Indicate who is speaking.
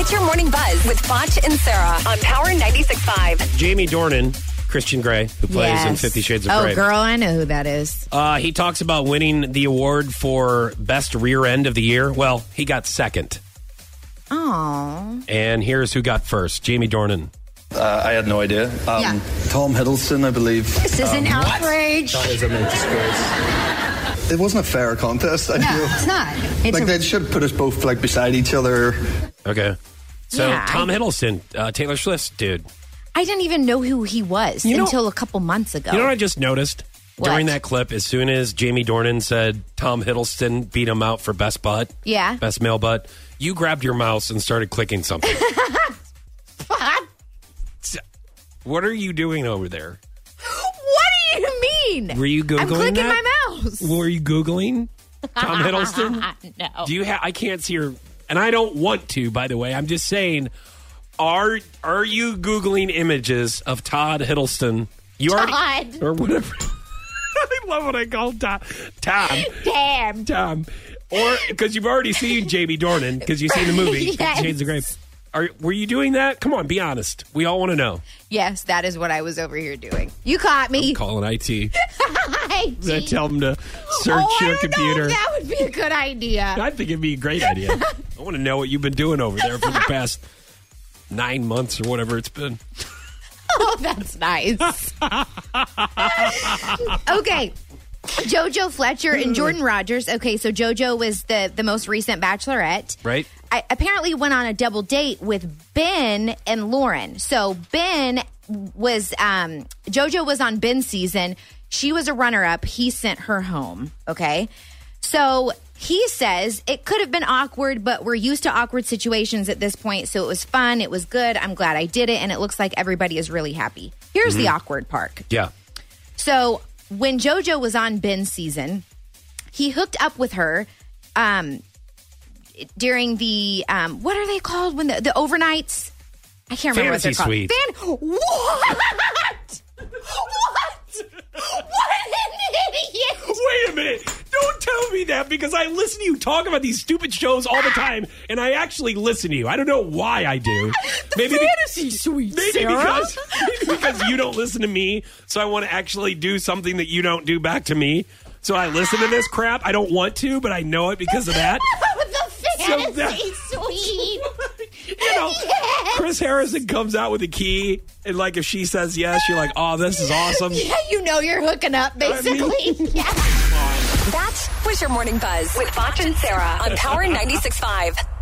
Speaker 1: It's your morning buzz with Foch and Sarah on Power 96.5.
Speaker 2: Jamie Dornan, Christian Grey, who plays in
Speaker 3: Yes.
Speaker 2: Fifty Shades of
Speaker 3: oh,
Speaker 2: Grey.
Speaker 3: girl, I know who that is.
Speaker 2: Uh, he talks about winning the award for best rear end of the year. Well, he got second.
Speaker 3: Oh,
Speaker 2: And here's who got first Jamie Dornan.
Speaker 4: Uh, I had no idea. Um,
Speaker 3: Yeah.
Speaker 4: Tom Hiddleston, I believe. Um,
Speaker 3: this is an outrage.
Speaker 4: It wasn't a fair contest. I
Speaker 3: No,
Speaker 4: feel.
Speaker 3: it's not. It's
Speaker 4: Like
Speaker 3: a,
Speaker 4: they should have put us both like beside each other.
Speaker 2: Okay. So
Speaker 3: Yeah,
Speaker 2: Tom
Speaker 3: I-
Speaker 2: Hiddleston, uh, Taylor Swift's dude.
Speaker 3: I didn't even know who he was
Speaker 2: You know-
Speaker 3: until a couple months ago.
Speaker 2: You know what I just noticed?
Speaker 3: What?
Speaker 2: During that clip, as soon as Jamie Dornan said Tom Hiddleston beat him out for best butt,
Speaker 3: Yeah.
Speaker 2: best male butt, you grabbed your mouse and started clicking something. what are you doing over there?
Speaker 3: what do you mean?
Speaker 2: Were you googling?
Speaker 3: I'm clicking
Speaker 2: that?
Speaker 3: my mouse.
Speaker 2: Were you googling Tom Hiddleston?
Speaker 3: no.
Speaker 2: Do you? Ha- I can't see her, and I don't want to. By the way, I'm just saying. Are are you googling images of Todd Hiddleston? You are
Speaker 3: Todd.
Speaker 2: or whatever. I love what I call Todd. Tom.
Speaker 3: Damn.
Speaker 2: Tom. um, Or because you've already seen Jamie Dornan because you've seen the movie
Speaker 3: Yes.
Speaker 2: Shades of Grey. Are were you doing that? Come on, be honest. We all want to know.
Speaker 3: Yes, that is what I was over here doing. You caught me.
Speaker 2: Calling IT.
Speaker 3: Hi,
Speaker 2: I
Speaker 3: G.
Speaker 2: tell them to search
Speaker 3: oh,
Speaker 2: your
Speaker 3: I don't
Speaker 2: computer.
Speaker 3: Know if that would be a good idea.
Speaker 2: I think it'd be a great idea. I want to know what you've been doing over there for the past nine months or whatever it's been.
Speaker 3: Oh, that's nice. okay. JoJo Fletcher and Jordan Rogers. Okay, so JoJo was the the most recent Bachelorette,
Speaker 2: Right.
Speaker 3: I apparently went on a double date with Ben and Lauren. So Ben was um, JoJo was on Ben's season. She was a runner up. He sent her home. Okay, so he says it could have been awkward, but we're used to awkward situations at this point, so it was fun. It was good. I'm glad I did it, and it looks like everybody is really happy. Here's the awkward part.
Speaker 2: Yeah.
Speaker 3: So when JoJo was on Ben's season, he hooked up with her um, during the um, what are they called when the, the overnights? I can't remember
Speaker 2: Fantasy
Speaker 3: what they're
Speaker 2: suite.
Speaker 3: called. Fan- what? what? What an idiot!
Speaker 2: Wait a minute. Don't tell me that because I listen to you talk about these stupid shows all the time and I actually listen to you. I don't know why I do. maybe be-
Speaker 3: fantasy suite,
Speaker 2: Maybe
Speaker 3: Sarah.
Speaker 2: because maybe because you don't listen to me, so I want to actually do something that you don't do back to me. So I listen to this crap. I don't want to, but I know it because of that.
Speaker 3: the
Speaker 2: So
Speaker 3: fantasy suite.
Speaker 2: you know,
Speaker 3: Yes.
Speaker 2: Chris Harrison comes out with a key, and like if she says yes, you're like, oh, this is awesome.
Speaker 3: Yeah, you know you're hooking up, basically. Yeah.
Speaker 1: That was your morning buzz with Foch and Sarah on Power 96.5.